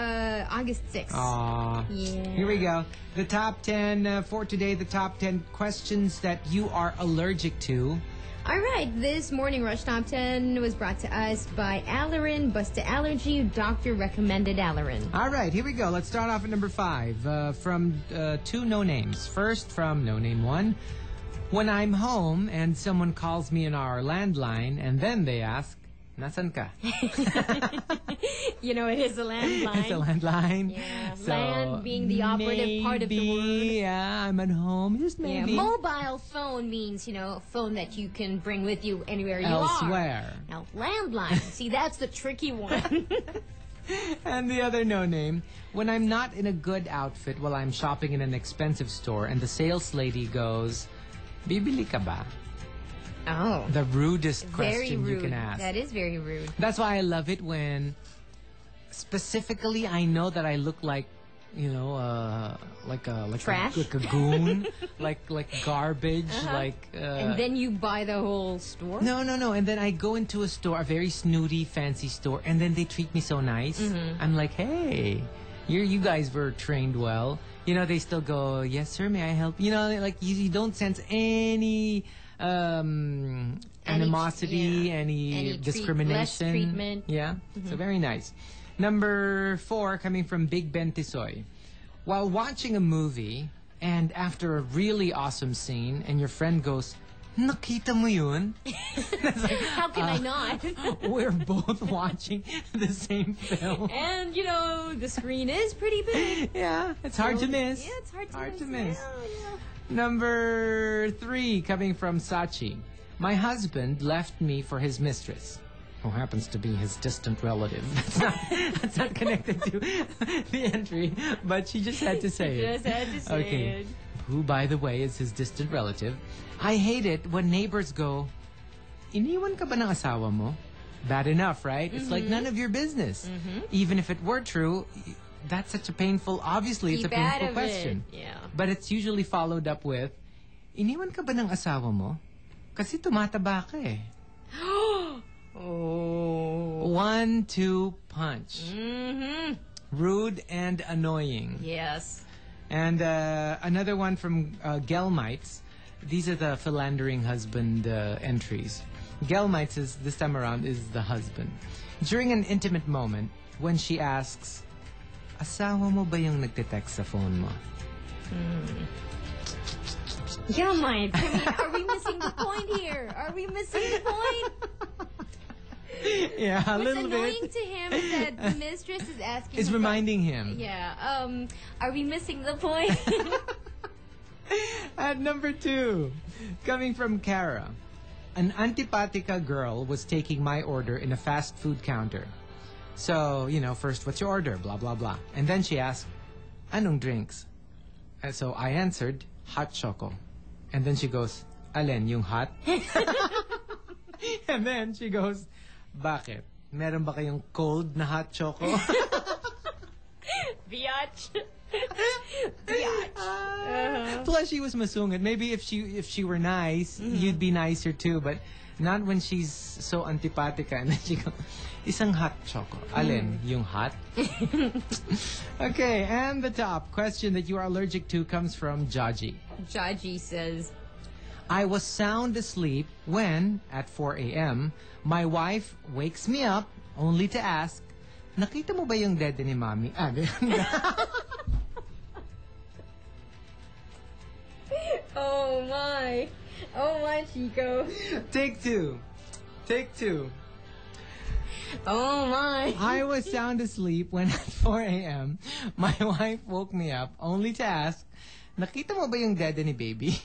uh, August 6th.
Aw.
Yeah.
Here we go. The top 10 uh, for today, the top 10 questions that you are allergic to.
All right, this morning Rush Top 10 was brought to us by Alarin, Busta Allergy, doctor recommended Alarin.
All right, here we go. Let's start off at number five uh, from uh, two no names. First, from no name one. When I'm home and someone calls me on our landline and then they ask, Nasan ka?
You know, it is a landline.
It's a landline.
Yeah, land being the operative part of the word.
maybe, Yeah, I'm at home. Just
Yeah,
maybe.
mobile phone means, you know, a phone that you can bring with you anywhere you are.
Elsewhere.
Now, landline. See, that's the tricky one.
And the other no name. When I'm not in a good outfit while I'm shopping in an expensive store and the sales lady goes, Bibili ka ba?
oh.
The rudest
Very
question
rude.
you can ask.
That is very rude.
That's why I love it when specifically I know that I look like you know, uh, like a like
Trash? Uh-huh.
a like a goon, like like garbage, like uh,
and then you buy the whole store?
No, no, no. And then I go into a store, a very snooty, fancy store, and then they treat me so nice.
Mm-hmm.
I'm like, hey, you you guys were trained well. You know, they still go, yes, sir, may I help? You know, like you, you don't sense any um,
Any-
animosity,
yeah.
any,
Any treat-
discrimination.
less treatment. Mm-hmm.
Yeah. So very nice. Number four coming from Big Ben Tisoy. While watching a movie and after a really awesome scene, and your friend goes, nakita mo yun?
How can
Uh.
I not?
We're both watching the same film.
and, you know, the screen is pretty big.
Yeah, it's hard to miss.
Yeah, it's hard to
Hard
miss.
to miss.
Yeah, yeah.
Number three, coming from Sachi. My husband left me for his mistress, who happens to be his distant relative. That's not, that's not connected to the entry, but she just had to say it.
Just had to say
okay.
it.
Who, by the way, is his distant relative. I hate it when neighbors go, Iniwan ka ba ng asawa mo? Bad enough, right? It's like
Mm-hmm.
none of your business. Even if it were true, y- that's such a painful, obviously, it's
Keep
a painful
out of
question.
it. Yeah.
But it's usually followed up with, Iniwan ka ba ng asawa mo? Kasi tumataba ka eh.
oh.
One, two, punch.
Mm-hmm.
Rude and annoying.
Yes.
And uh, another one from uh, Gelmites. These are the philandering husband uh, entries. Gelmites is this time around is the husband. During an intimate moment, when she asks, "Asawa mo ba yung nagte-text sa phone mo?"
Yeah, mine. I mean, are we missing the point here? Are we missing the point?
yeah, a
What's
little
annoying
bit.
to him is that the mistress is asking.
It's
him about-
reminding him.
Yeah. Um. Are we missing the point?
At number two, coming from Kara. An antipatica girl was taking my order in a fast food counter. So, you know, first, what's your order? Blah, blah, blah. And then she asked, Anong drinks? And so I answered, Hot choco. And then she goes, Alin, yung hot? and then she goes, Bakit? Meron ba kayong cold na hot choco?
Biatch.
Ah. Plus, she was masungit. Maybe if she if she were nice, you'd be nicer too. But not when she's so antipatica and then she goes, "Isang hot choco." Alin yung hot? okay, and the top question that you are allergic to comes from Jaji.
Jaji says.
I was sound asleep when, at 4 a.m., my wife wakes me up only to ask, "Nakita mo ba yung dede ni mami?" Ah,
Oh my. Oh my, Chico.
take two, take two.
Oh my.
I was sound asleep when at 4 a.m., my wife woke me up only to ask, Nakita mo ba yung dede ni baby?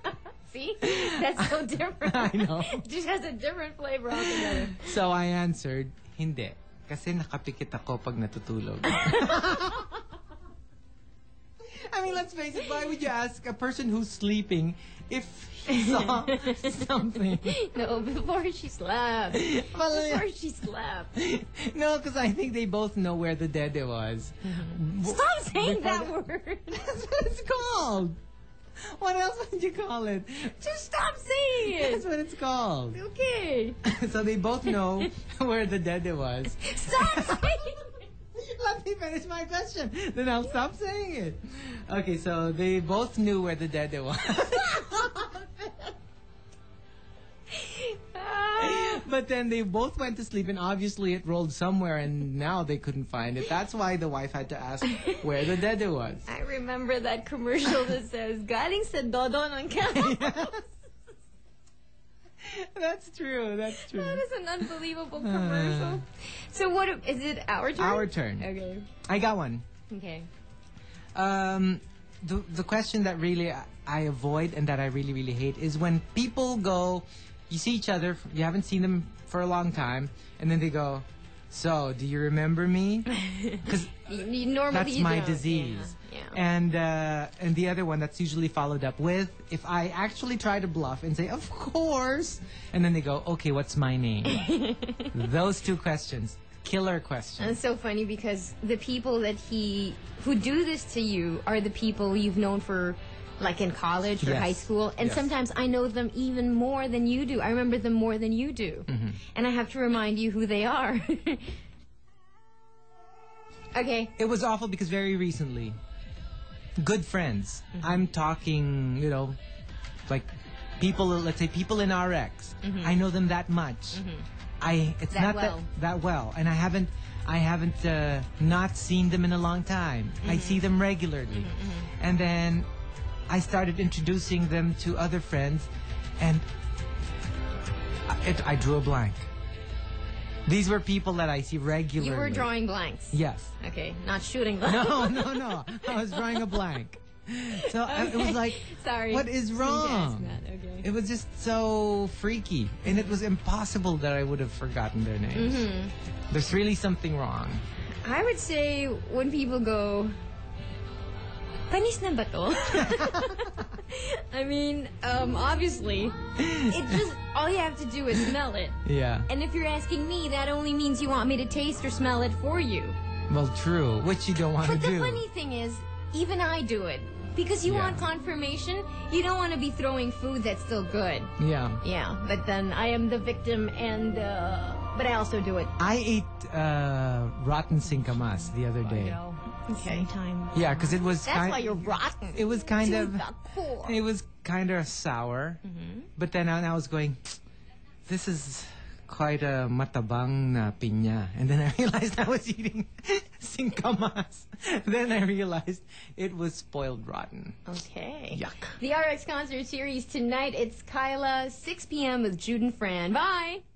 See? That's so different.
I know.
Just has a different flavor altogether.
So I answered, hindi. Kasi nakapikit ako pag natutulog. I mean, let's face it, why would you ask a person who's sleeping if he saw something?
No, before she slept. Before she slept.
no, because I think they both know where the dede was.
Stop saying that word.
That's what it's called. What else would you call it?
Just stop saying
That's
it.
what it's called.
Okay.
so they both know where the dead was.
Stop saying it.
Let me finish my question, then I'll stop saying it. Okay, so they both knew where the dead was.
Ah.
but then they both went to sleep, and obviously it rolled somewhere, and now they couldn't find it. That's why the wife had to ask where the dead was.
I remember that commercial that says, Galing sa Dodon ang cow.
That's true, that's true.
That is an unbelievable commercial. So what, is it our turn?
Uh. Our turn.
Okay.
I got one.
Okay.
Um, the the question that really I, I avoid and that I really really hate is when people go, you see each other, you haven't seen them for a long time, and then they go, "So, do you remember me?" Because
You, you normally
that's
you
my
don't.
disease.
Yeah. yeah.
And uh, and the other one that's usually followed up with, if I actually try to bluff and say, "Of course," and then they go, "Okay, what's my name?" Those two questions, killer questions.
It's so funny because the people that he who do this to you are the people you've known for like in college or
Yes.
high school and
Yes.
sometimes I know them even more than you do. I remember them more than you do.
Mm-hmm.
And I have to remind you who they are. okay.
It was awful because very recently, good friends.
Mm-hmm.
I'm talking, you know, like people. Let's say people in RX. I know them that much. I it's
Mm-hmm. That
not
well.
that that well, and I haven't I haven't uh,
Mm-hmm.
not seen them in a long time. I see them regularly, and then I started introducing them to other friends, and I, it, I drew a blank. These were people that I see regularly.
You were drawing blanks.
Yes.
Okay, not shooting blanks.
No, Oh, no, no. I was drawing a blank. So I- it was
Okay.
like,
Sorry.
what is
Didn't ask
wrong?
that, okay.
It was just so freaky, and it was impossible that I would have forgotten their names.
Mm-hmm.
There's really something wrong.
I would say when people go, panis na ba to? I mean, um, obviously, it just, all you have to do is smell it.
Yeah.
And if you're asking me, that only means you want me to taste or smell it for you.
Well, true. Which you don't want to
But the
do.
funny thing is, even I do it. Because you
Yeah.
want confirmation, you don't want to be throwing food that's still good.
Yeah.
Yeah, but then I am the victim and, uh, but I also do it.
I ate uh, rotten sinkamas the other day.
Okay. Time.
Yeah, because it was
Oh, That's
kind.
why you're rotten.
it was kind
to
of.
the core.
It was kind of sour, but then I, I was going, this is quite a matabang na pinya. And then I realized I was eating sinkamas. then I realized it was spoiled rotten.
Okay.
Yuck.
The RX concert series tonight. It's Kyla, 6 p.m. with Jude and Fran. Bye.